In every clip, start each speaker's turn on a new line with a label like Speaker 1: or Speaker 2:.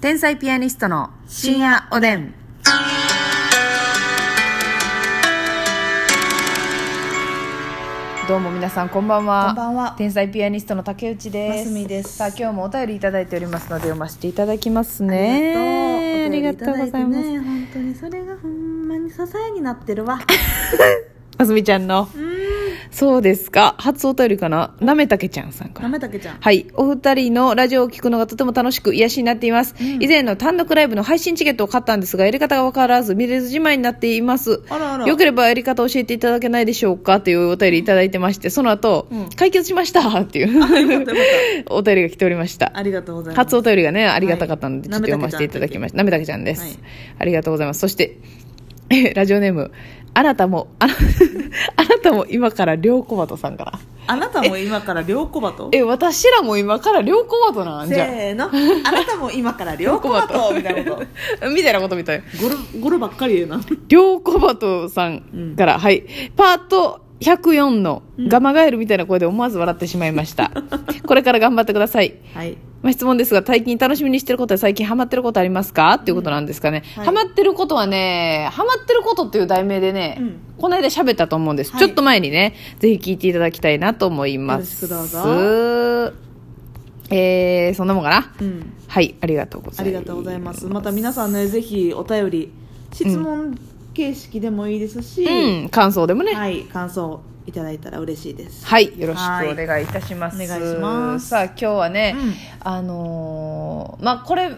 Speaker 1: 天才ピアニストの深夜おでん。どうも皆さんこんばんは。
Speaker 2: こんばんは
Speaker 1: 天才ピアニストの竹内です。
Speaker 2: ますみです
Speaker 1: さあ今日もお便りいただいておりますので読ませていただきますね。
Speaker 2: ね
Speaker 1: ありがとうございます。
Speaker 2: ね、本当にそれがほんまに支えになって るわ
Speaker 1: ますみちゃんの。そうですか。初お便りかな。なめたけちゃんさんから
Speaker 2: な。めたけちゃん
Speaker 1: はい。お二人のラジオを聞くのがとても楽しく癒しになっています。以前の単独ライブの配信チケットを買ったんですが、やり方がわからず、見れずじまいになっています。
Speaker 2: あらあら
Speaker 1: よければやり方を教えていただけないでしょうかというお便りいただいてまして、その後、
Speaker 2: うん
Speaker 1: 解決しました ってい
Speaker 2: よかったよか
Speaker 1: うお便りが来ておりました。
Speaker 2: ありがとうございます
Speaker 1: 初お便りがね、ありがたかったので、ちょ
Speaker 2: は
Speaker 1: っ
Speaker 2: い
Speaker 1: と読ませていただきました。なめたけちゃんです、
Speaker 2: はい
Speaker 1: ありがとうございます。そして、 えラジオネーム、あなたも、あなあなたも今から両小鳩さんから。
Speaker 2: あなたも今から両小鳩
Speaker 1: え、私らも今から両小鳩なんじゃ。
Speaker 2: せーのあなたも今から両 小鳩みたいなこと
Speaker 1: みたいなことみたい。
Speaker 2: ゴロゴロばっかり言うな
Speaker 1: 両小鳩さんから、はい。パート104のガマガエルみたいな声で思わず笑ってしまいま した。これから頑張ってください。
Speaker 2: はい
Speaker 1: まあ、質問ですが、最近楽しみにしてることや最近ハマってることありますかっていうことなんですかね。
Speaker 2: はい
Speaker 1: ハマってることはね、ハマってることっていう題名でね、
Speaker 2: うん
Speaker 1: この間喋ったと思うんです、
Speaker 2: はい
Speaker 1: ちょっと前にね、ぜひ聞いていただきたいなと思います。
Speaker 2: よろしくど
Speaker 1: うぞ。えー、そんなもんかな。
Speaker 2: うん
Speaker 1: はい、ありがとうござ
Speaker 2: あ
Speaker 1: います。
Speaker 2: りがとうございますまた皆さんねぜひお便り質問形式でもいいですし、
Speaker 1: うん、感想でもね。はい、
Speaker 2: はい感想いただいたら嬉しいです
Speaker 1: よろしくお願いいたします。
Speaker 2: はいお願いします
Speaker 1: さあ、今日はね、
Speaker 2: うん
Speaker 1: あのーまあ、これ、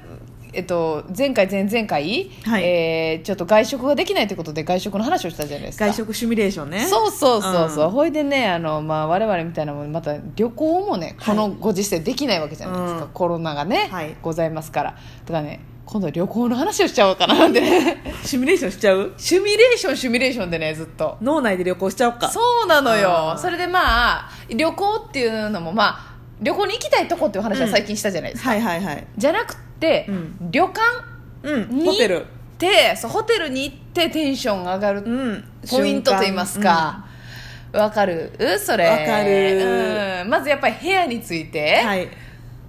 Speaker 1: えっと、前回、前々回、
Speaker 2: はい
Speaker 1: えーちょっと外食ができないということで外食の話をしたじゃないですか。
Speaker 2: 外食シミュレーションね
Speaker 1: そうそうそうそう、
Speaker 2: うん
Speaker 1: ほいでねあの、まあ、我々みたいなもんまた旅行もねこの
Speaker 2: はい
Speaker 1: ご時世できないわけじゃないですか、
Speaker 2: うん
Speaker 1: コロナがね、
Speaker 2: はい
Speaker 1: ございますからだからね今度旅行の話をしちゃおうかななんて ね
Speaker 2: シミュレーションしちゃう
Speaker 1: シュミュレーションシュミュレーションでねずっと
Speaker 2: 脳内で旅行しちゃおうか
Speaker 1: そうなのよ
Speaker 2: あー
Speaker 1: それでまあ旅行っていうのもまあ旅行に行きたいとこっていう話は最近したじゃないですか、
Speaker 2: はいはいはい
Speaker 1: じゃなくて、
Speaker 2: うん
Speaker 1: 旅館
Speaker 2: うん
Speaker 1: に
Speaker 2: ホテル
Speaker 1: でそうホテルに行ってテンション上がる
Speaker 2: うん
Speaker 1: ポイントと言いますかわ、かるそれ
Speaker 2: わかる
Speaker 1: うんまずやっぱり部屋について、
Speaker 2: 瞬間はい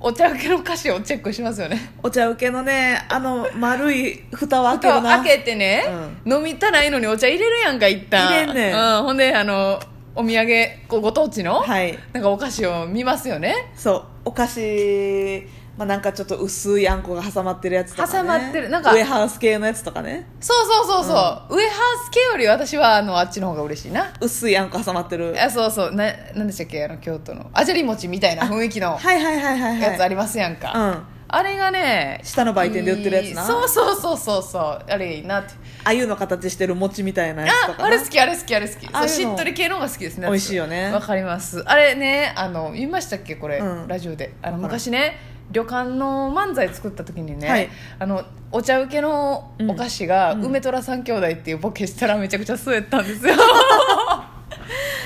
Speaker 1: お茶受けの歌詞をチェックしますよね
Speaker 2: お茶受けのねあの丸い蓋を開け
Speaker 1: 蓋
Speaker 2: る
Speaker 1: を
Speaker 2: な
Speaker 1: 開けてね、飲みたないのにお茶入れるやんか一旦
Speaker 2: 入れんねん
Speaker 1: うん、ほんであのお土産こうご当地の、
Speaker 2: はい
Speaker 1: なんかお菓子を見ますよね
Speaker 2: そうお菓子まあなんかちょっと薄いあんこが挟まってるやつとか、ね、
Speaker 1: 挟まってるなんか
Speaker 2: ウエハース系のやつとかね
Speaker 1: そうそうそうそう、ウエハース系より私はあのあっちの方が嬉しいな
Speaker 2: 薄いあんこ挟まってる
Speaker 1: あそうそうななんでしたっけあの京都のあじゃり餅みたいな雰囲気の
Speaker 2: はいはいはいはい
Speaker 1: やつあ
Speaker 2: はい
Speaker 1: りますやんか、
Speaker 2: うん
Speaker 1: あれがね
Speaker 2: 下の売店で売ってるやつない
Speaker 1: いそうそうそうそうそうあれいいなって
Speaker 2: あゆの形してる餅みたいなやつと
Speaker 1: あ
Speaker 2: かな
Speaker 1: あれ好きあれ好きあれ好き
Speaker 2: ああいうの
Speaker 1: そうしっとり系の方が好きですね
Speaker 2: 美味しいよね
Speaker 1: わかりますあれねあの言いましたっけこれ、
Speaker 2: うん
Speaker 1: ラジオであの
Speaker 2: わからん
Speaker 1: 昔ね旅館の漫才作った時にね、
Speaker 2: はい
Speaker 1: あのお茶受けのお菓子が、梅虎三兄弟っていうボケしたらめちゃくちゃ滑ったんです よ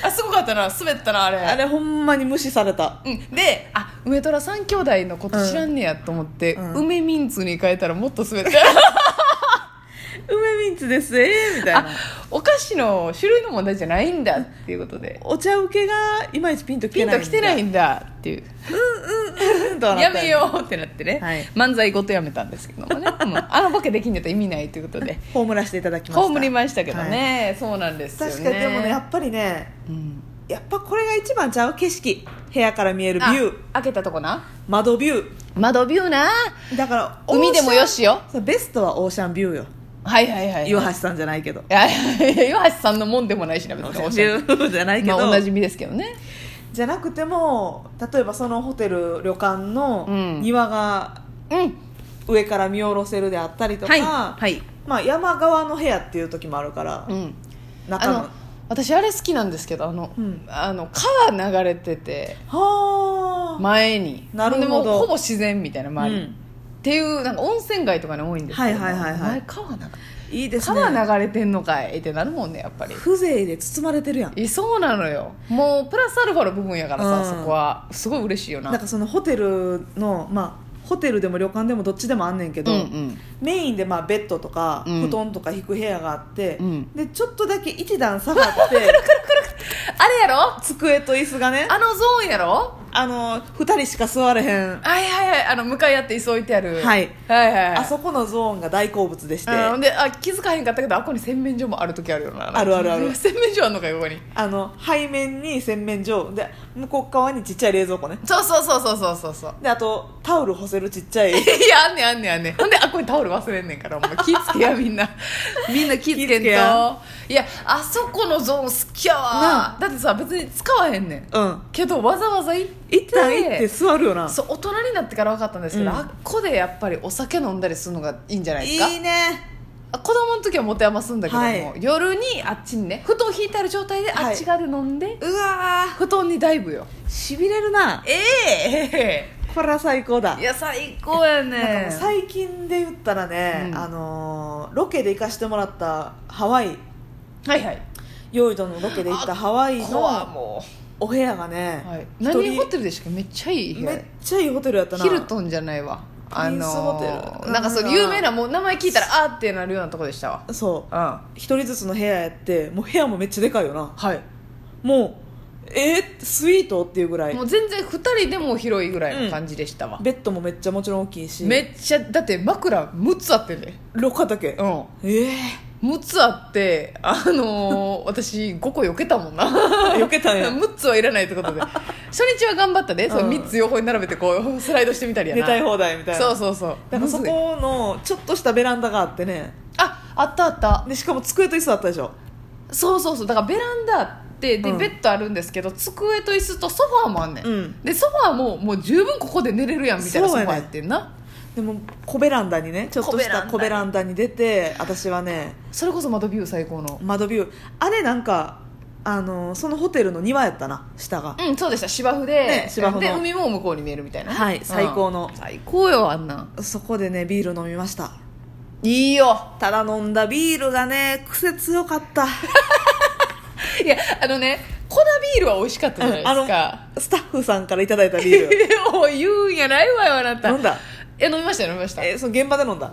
Speaker 1: あすごかったな滑ったなあれ
Speaker 2: あれほんまに無視された
Speaker 1: うん、であ梅虎三兄弟のこと知らんねやと思って、
Speaker 2: うんうん
Speaker 1: 梅ミンツに変えたらもっと滑って
Speaker 2: 梅ミンツですえーみたい
Speaker 1: あ
Speaker 2: な
Speaker 1: お菓子の種類の問題じゃないんだっていうことで
Speaker 2: お茶受けがいまいちピンとき
Speaker 1: ピ
Speaker 2: て
Speaker 1: ン
Speaker 2: ない
Speaker 1: ときてないんだっていう
Speaker 2: うんとはなった
Speaker 1: やめようってなってね、
Speaker 2: はい
Speaker 1: 漫才ごとやめたんですけども ね、もうあのボケできんやったら意味ないということで
Speaker 2: 葬らせていただきました
Speaker 1: 葬りましたけどね、そうなんですよ
Speaker 2: はい
Speaker 1: ね
Speaker 2: 確かにでもねやっぱりね
Speaker 1: うん
Speaker 2: やっぱこれが一番ちゃう景色部屋から見えるビ
Speaker 1: あ
Speaker 2: ュー
Speaker 1: 開けたとこな
Speaker 2: 窓ビュ
Speaker 1: 窓ビューな
Speaker 2: ーだから
Speaker 1: 海でもよ
Speaker 2: オーシ
Speaker 1: しよ
Speaker 2: ャンそうベストはオーシャンビューよ
Speaker 1: はいはいはい
Speaker 2: 岩橋さんじゃないけど
Speaker 1: いやいやいや岩橋さんのもんでもないしな別
Speaker 2: オ
Speaker 1: に
Speaker 2: ー
Speaker 1: お
Speaker 2: シ
Speaker 1: しゃれ
Speaker 2: ャ ンビューじゃないけど、
Speaker 1: まあ、おなじみですけどね
Speaker 2: じゃなくても例えばそのホテル旅館の
Speaker 1: うん
Speaker 2: 庭が
Speaker 1: うん
Speaker 2: 上から見下ろせるであったりとか、
Speaker 1: はいはい
Speaker 2: まあ、山側の部屋っていう時もあるから、
Speaker 1: うんあ
Speaker 2: 中の
Speaker 1: の私あれ好きなんですけどあの,、
Speaker 2: うん
Speaker 1: あの川流れてて
Speaker 2: はあ、
Speaker 1: 前に
Speaker 2: なるほど
Speaker 1: んでもうほぼ自然みたいな周り、
Speaker 2: うん
Speaker 1: っていうなんか温泉街とかね多いんですけど、
Speaker 2: はいはいはいはい
Speaker 1: 前川流れ
Speaker 2: いいですね
Speaker 1: 川流れてんのかいってなるもんねやっぱり
Speaker 2: 風情で包まれてるやん
Speaker 1: えそうなのよもうプラスアルファの部分やからさ、
Speaker 2: うん
Speaker 1: そこはすごい嬉しいよな
Speaker 2: なんかそのホテルのまあホテルでも旅館でもどっちでもあんねんけど、
Speaker 1: うんうん
Speaker 2: メインでまあベッドとか
Speaker 1: うん
Speaker 2: 布団とか引く部屋があって、
Speaker 1: うん
Speaker 2: でちょっとだけ一段下がって
Speaker 1: あれやろ
Speaker 2: 机と椅子がね
Speaker 1: あのゾーンやろ
Speaker 2: あの2人しか座れへん
Speaker 1: はいはいはいあの向かい合って急いてある
Speaker 2: はい
Speaker 1: はいはいはい
Speaker 2: あそこのゾーンが大好物でして
Speaker 1: うんであ気づかへんかったけどあここに洗面所もある時あるよな
Speaker 2: あるあるあ る
Speaker 1: 洗面所あんのかよここに
Speaker 2: あの背面に洗面所で向こう側にちっちゃい冷蔵庫ね
Speaker 1: そうそうそうそうそうそうそう
Speaker 2: であとタオル干せるちっ ちゃい
Speaker 1: いやあんねんあんねんあんねんほんであここにタオル忘れんねんからお前気ぃつけやみ んなみんな気ぃつけん
Speaker 2: 気ぃつ
Speaker 1: と
Speaker 2: け
Speaker 1: い
Speaker 2: や
Speaker 1: やあそこのゾーン好きや
Speaker 2: な
Speaker 1: わだってさ別に使わへんねん
Speaker 2: うん
Speaker 1: けどわざわざ行って
Speaker 2: 一旦行って座るよな
Speaker 1: そう大人になってから分かったんですけど、
Speaker 2: うん
Speaker 1: あっこでやっぱりお酒飲んだりするのがいいんじゃないですか
Speaker 2: いいね
Speaker 1: あ子供の時は持て余すんだけども、
Speaker 2: はい
Speaker 1: 夜にあっちにね布団引いてある状態で
Speaker 2: はい
Speaker 1: あっち側で飲んで、
Speaker 2: うわ
Speaker 1: 布団にダイブよ
Speaker 2: ーしびれるな
Speaker 1: ええ
Speaker 2: これは最高だ
Speaker 1: いや最高やね
Speaker 2: なんかもう最近で言ったらね、
Speaker 1: うん
Speaker 2: あのーロケで行かしてもらったハワイ
Speaker 1: はいはい
Speaker 2: ヨイドのロケで行ったハワイ
Speaker 1: こは
Speaker 2: の
Speaker 1: も
Speaker 2: お部屋がね
Speaker 1: う、、はい、
Speaker 2: 一人
Speaker 1: 何ホテルでしたっけめっちゃいい部
Speaker 2: めっ
Speaker 1: 屋
Speaker 2: ちゃいいホテルやったな
Speaker 1: ヒルトンじゃないわあ
Speaker 2: プリンスホテル
Speaker 1: なんかそう有名なもう名前聞いたらあーってなるようなとこでしたわ
Speaker 2: そう
Speaker 1: う
Speaker 2: 一人ずつの部屋やってもう部屋もめっちゃでかいよなん
Speaker 1: はい
Speaker 2: もうえー、スイートっていうぐらい
Speaker 1: もう全然2人でも広いぐらいの感じでしたわ、
Speaker 2: ベッドもめっちゃもちろん大きいし
Speaker 1: めっちゃだって枕6つあってんね
Speaker 2: 6畑
Speaker 1: うん
Speaker 2: ええ
Speaker 1: 6つあってあ のー私5個避けたもんな
Speaker 2: 避けたんや
Speaker 1: 6つはいらないってことで初日は頑張ったで、その3つ横に並べてこうスライドしてみたりや
Speaker 2: 寝
Speaker 1: な
Speaker 2: たい放題みたいな
Speaker 1: そうそうそう
Speaker 2: だからそ
Speaker 1: むずい
Speaker 2: このちょっとしたベランダがあってね
Speaker 1: ああったあった
Speaker 2: でしかも机と椅子あったでしょ
Speaker 1: そうそうそうだからベランダあってで、
Speaker 2: うん
Speaker 1: ベッドあるんですけど机と椅子とソファーもあんねん、
Speaker 2: うん
Speaker 1: でソファーももう十分ここで寝れるやんみたいなソ
Speaker 2: そう
Speaker 1: ファ
Speaker 2: やね
Speaker 1: ーやってんな
Speaker 2: でも小ベランダにねちょっとした小
Speaker 1: 小
Speaker 2: ベ
Speaker 1: ベ
Speaker 2: ラ
Speaker 1: ラ
Speaker 2: ンダに出て私はね
Speaker 1: それこそ窓ビュー最高の
Speaker 2: 窓ビューあれなんかあのそのホテルの庭やったな下が
Speaker 1: うんそうでした芝生で,、
Speaker 2: ね芝生の
Speaker 1: で海も向こうに見えるみたいな
Speaker 2: はい
Speaker 1: うん
Speaker 2: 最高の
Speaker 1: 最高よあんなん
Speaker 2: そこでねビール飲みました
Speaker 1: いいよ
Speaker 2: ただ飲んだビールがね癖強かった
Speaker 1: いやあのね粉ビールは美味しかったじゃないです か、
Speaker 2: スタッフさんからいただいたビー ル
Speaker 1: おい言うんやないわよあなた
Speaker 2: 飲んだ
Speaker 1: え飲みましたよ飲みました
Speaker 2: えその現場で飲んだ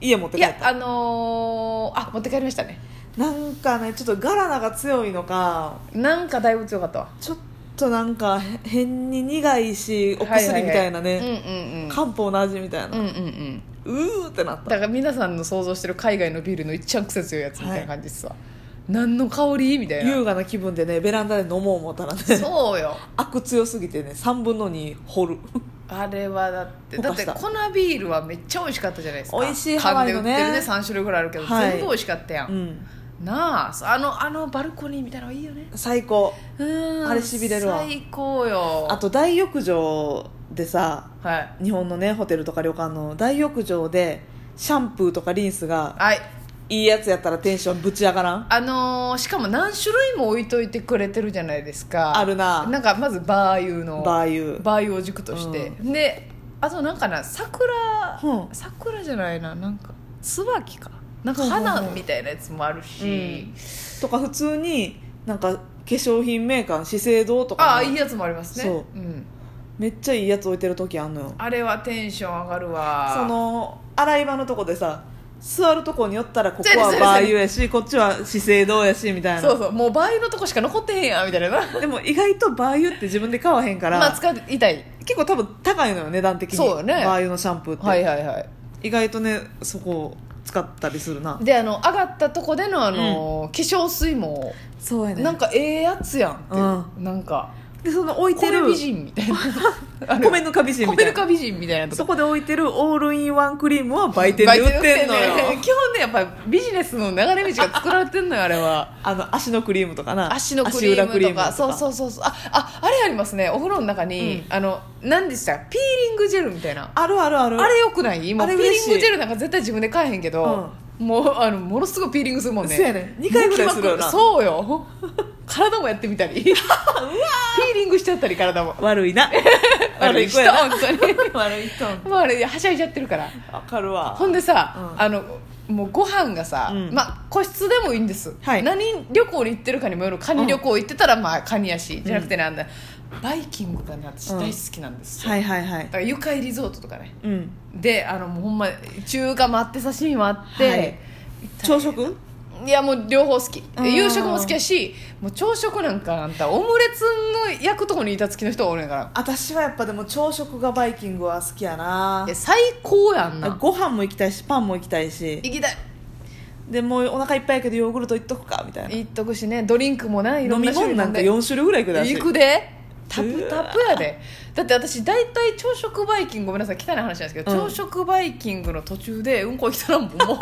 Speaker 2: 家持って
Speaker 1: い
Speaker 2: 帰っ
Speaker 1: や
Speaker 2: た
Speaker 1: あのー、あ持って帰りましたね
Speaker 2: なんかねちょっとガラナが強いのか
Speaker 1: なんかだいぶ強かったわ
Speaker 2: ちょっとなんかへ変に苦いしお薬みたいなね、
Speaker 1: ははは
Speaker 2: 漢方の味みたいな、
Speaker 1: うんうんうんうんうん
Speaker 2: うーってなった
Speaker 1: だから皆さんの想像してる海外のビールのいっちゃん癖強いやつみたいな感じですわ、何の香りみたいな
Speaker 2: 優雅な気分でねベランダで飲もう思ったらね
Speaker 1: そうよ
Speaker 2: 悪強すぎてね3分の2掘る
Speaker 1: あれはだって
Speaker 2: ぼ
Speaker 1: だ
Speaker 2: か
Speaker 1: っ
Speaker 2: してた
Speaker 1: 粉ビールはめっちゃ美味しかったじゃないですか
Speaker 2: 美味しいハワ
Speaker 1: 缶
Speaker 2: イ
Speaker 1: で売
Speaker 2: の
Speaker 1: っ
Speaker 2: ね
Speaker 1: てるね3種類ぐらいあるけど、
Speaker 2: はい
Speaker 1: 全部美味しかったやん、
Speaker 2: うん
Speaker 1: なあそあのあのバルコニーみたいなのいいよね
Speaker 2: 最高
Speaker 1: うん
Speaker 2: あれ痺れるわ
Speaker 1: 最高よ
Speaker 2: あと大浴場でさ
Speaker 1: はい
Speaker 2: 日本のねホテルとか旅館の大浴場でシャンプーとかリンスが
Speaker 1: はい
Speaker 2: いいやつやったらテンションぶち上がらん
Speaker 1: あのーしかも何種類も置いといてくれてるじゃないですか
Speaker 2: あるな
Speaker 1: なんかまずバー油の
Speaker 2: バー油
Speaker 1: バー油を軸として、であとなんかな桜、
Speaker 2: うん
Speaker 1: 桜じゃないななんか椿かなんか
Speaker 2: うんうんうん
Speaker 1: 花みたいなやつもあるし、
Speaker 2: とか普通になんか化粧品メーカーの資生堂と
Speaker 1: ああ
Speaker 2: かの
Speaker 1: いいやつもありますね、
Speaker 2: そうんめっちゃいいやつ置いてる時あんのよ
Speaker 1: あれはテンション上がるわ
Speaker 2: その洗い場のとこでさ座るとこによったらこ
Speaker 1: そう
Speaker 2: こ
Speaker 1: や
Speaker 2: は
Speaker 1: ねそうやね
Speaker 2: バー油やしこっちは資生堂やしみたい
Speaker 1: そう
Speaker 2: な
Speaker 1: そうもう倍のとこしか残ってへんやみたいな
Speaker 2: でも意外とバー油って自分で買わへんから、
Speaker 1: まあ使いたい
Speaker 2: 結構多分高いのよ値段的に
Speaker 1: そうよね
Speaker 2: バー油のシャンプーって、
Speaker 1: はいはいはい
Speaker 2: 意外とねそこを使ったりするな
Speaker 1: であの上がったとこでのあの、化粧水も
Speaker 2: そうや
Speaker 1: なんかええやつやんっていう、なんか
Speaker 2: でその置いて
Speaker 1: 米
Speaker 2: る
Speaker 1: 美人みた いなあの
Speaker 2: 米ぬか美人
Speaker 1: 米
Speaker 2: みた
Speaker 1: ぬ
Speaker 2: いな
Speaker 1: か美人みたいなとこ
Speaker 2: そこで置いてるオールインワンクリームは売店で
Speaker 1: 売
Speaker 2: 売ってんの
Speaker 1: 売っ
Speaker 2: よ
Speaker 1: てんね基本ねやっぱビジネスの流れ道が作られてんのよあれは
Speaker 2: あの足のクリームとか な
Speaker 1: 足のクリームとか
Speaker 2: 足裏
Speaker 1: そうそうそうそうあああれありますねお風呂の中に、あの何でしたピーリングジェルみたいな
Speaker 2: あるあるある
Speaker 1: あれよくない今
Speaker 2: あ
Speaker 1: ピ
Speaker 2: れ
Speaker 1: ーリ
Speaker 2: 嬉しい
Speaker 1: ングジェルなんか絶対自分で買えへんけど、もうあのものすごいピーリングするもんね
Speaker 2: そうやね二回ぐらいする
Speaker 1: も
Speaker 2: よな
Speaker 1: う気まくそうよ体もやってみた りピーリングしちゃったり体も
Speaker 2: 悪 いな悪い子
Speaker 1: 人
Speaker 2: やな
Speaker 1: 本当に
Speaker 2: 悪い人
Speaker 1: もうあれはしゃいじゃってるから
Speaker 2: わかるわ
Speaker 1: ほんでさ、
Speaker 2: うん
Speaker 1: あのもうご飯がさ、
Speaker 2: うん
Speaker 1: まあ、個室でもいいんです、
Speaker 2: はい
Speaker 1: 何旅行に行ってるかにもよるカニ旅行行ってたら、まあ、カニやしじゃなくてなんだ、バイキングがね私
Speaker 2: うん
Speaker 1: 大好きなんですよ、
Speaker 2: はいはいはい
Speaker 1: だから愉快リゾートとかね
Speaker 2: うん
Speaker 1: であのもうほんま中華もあって刺身もあって、
Speaker 2: はい朝食
Speaker 1: いやもう両方好き
Speaker 2: うん
Speaker 1: 夕食も好きやしもう朝食なんかあんたオムレツの焼くとこに板付きの人がおるんやから
Speaker 2: 私はやっぱでも朝食がバイキングは好きやない
Speaker 1: や最高やんな
Speaker 2: ご飯も行きたいしパンも行きたいし
Speaker 1: 行きたい
Speaker 2: でもうお腹いっぱいやけどヨーグルトいっとくかみたいな
Speaker 1: 行っとくしねドリンクもないろ
Speaker 2: 飲
Speaker 1: ん
Speaker 2: み
Speaker 1: な種
Speaker 2: 物
Speaker 1: 類
Speaker 2: なんか4種類ぐらいくだし
Speaker 1: 行くでタプタプやでだって私大体朝食バイキングごめんなさい汚い話なんですけど、
Speaker 2: うん
Speaker 1: 朝食バイキングの途中でうんこ行ったらもう もう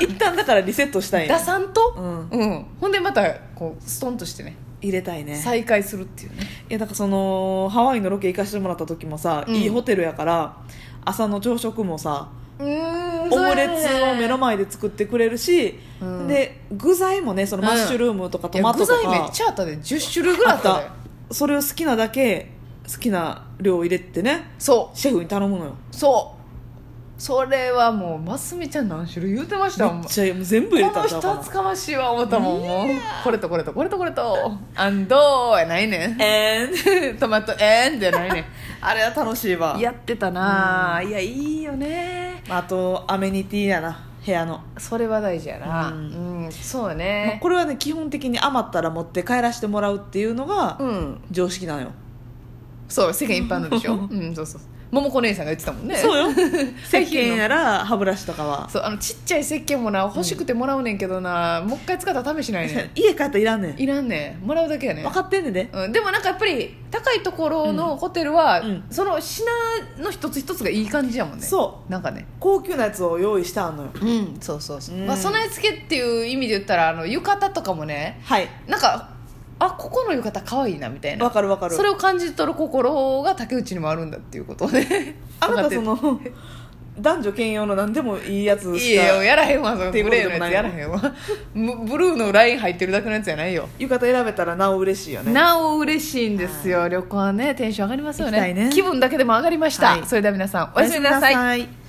Speaker 2: 一旦だからリセットしたいん
Speaker 1: 出
Speaker 2: や
Speaker 1: さんと、
Speaker 2: うん
Speaker 1: ほんでまたこうストンとしてね
Speaker 2: 入れたいね
Speaker 1: 再開するっていうね
Speaker 2: いやだからそのハワイのロケ行かしてもらった時もさ、
Speaker 1: うん
Speaker 2: いいホテルやから朝の朝食もさ
Speaker 1: うーん
Speaker 2: オムレツを目の前で作ってくれるし、
Speaker 1: うん
Speaker 2: で具材もねそのマッシュルームとかト
Speaker 1: いや
Speaker 2: マ
Speaker 1: 具
Speaker 2: トとか、
Speaker 1: 材めっちゃあったで10種類ぐらいあったで
Speaker 2: それを好きなだけ好きな量入れてね
Speaker 1: そ
Speaker 2: シェフに頼むのよ
Speaker 1: うそうそれはもうますみちゃん何種類言うてましたもん
Speaker 2: めっちゃ全部入れ
Speaker 1: こ
Speaker 2: た
Speaker 1: の
Speaker 2: んち
Speaker 1: 人
Speaker 2: ゃうかな
Speaker 1: 厚かましいわ思ったもんもうこれとこれとこれとこれ とアンドやないねん
Speaker 2: え
Speaker 1: トマトえーんじゃないね
Speaker 2: あれは楽しい わ
Speaker 1: んやってたなあいやいいよね
Speaker 2: まああとアメニティやな部屋の、
Speaker 1: それは大事やなう、
Speaker 2: うん
Speaker 1: そうや
Speaker 2: まあ
Speaker 1: ね
Speaker 2: これはね基本的に余ったら持って帰らせてもらうっていうのが
Speaker 1: うん
Speaker 2: 常識なのよ、
Speaker 1: そう世間一般のでしょうんそうそう桃子姉さんが言ってたもんね
Speaker 2: そうよ石
Speaker 1: 最近
Speaker 2: 鹸
Speaker 1: の
Speaker 2: やら歯ブラシとかは
Speaker 1: そうあのちっちゃい石鹸もな欲しくてもらうねんけどな、もう一回使ったら試しないねん
Speaker 2: 家帰ったらいらんねん
Speaker 1: いらんねんもらうだけやねん
Speaker 2: 分かってんねんで
Speaker 1: うん、でもなんかやっぱり高いところのホテルは、
Speaker 2: うん
Speaker 1: その品の一つ一つがいい感じやもんね
Speaker 2: そう
Speaker 1: なんかね
Speaker 2: 高級なやつを用意してあんのよ
Speaker 1: うんそうそうそう、
Speaker 2: うん
Speaker 1: まあ、備え付けっていう意味で言ったらあの浴衣とかもね
Speaker 2: はい
Speaker 1: なんかあここの浴衣可愛いなみたいな
Speaker 2: わかるわかる
Speaker 1: それを感じ取る心が竹内にもあるんだっていうことをね
Speaker 2: あなた
Speaker 1: 分
Speaker 2: そ
Speaker 1: かっ
Speaker 2: の 男女兼用の何でもいいやつ
Speaker 1: てい
Speaker 2: し
Speaker 1: やいや
Speaker 2: か
Speaker 1: やらへんわその
Speaker 2: って
Speaker 1: グ
Speaker 2: いうこ
Speaker 1: レー
Speaker 2: とでも
Speaker 1: の
Speaker 2: な
Speaker 1: や
Speaker 2: い
Speaker 1: つやらへんわむブルーのライン入ってるだけのやつじゃないよ
Speaker 2: 浴衣選べたらなお嬉しいよね
Speaker 1: なお嬉しいんですよ、旅行はねテンション上がりますよ
Speaker 2: 行きたい
Speaker 1: ね
Speaker 2: ね
Speaker 1: 気分だけでも上がりました、
Speaker 2: はい
Speaker 1: それでは皆さんおやすみなさい
Speaker 2: おやすみなさい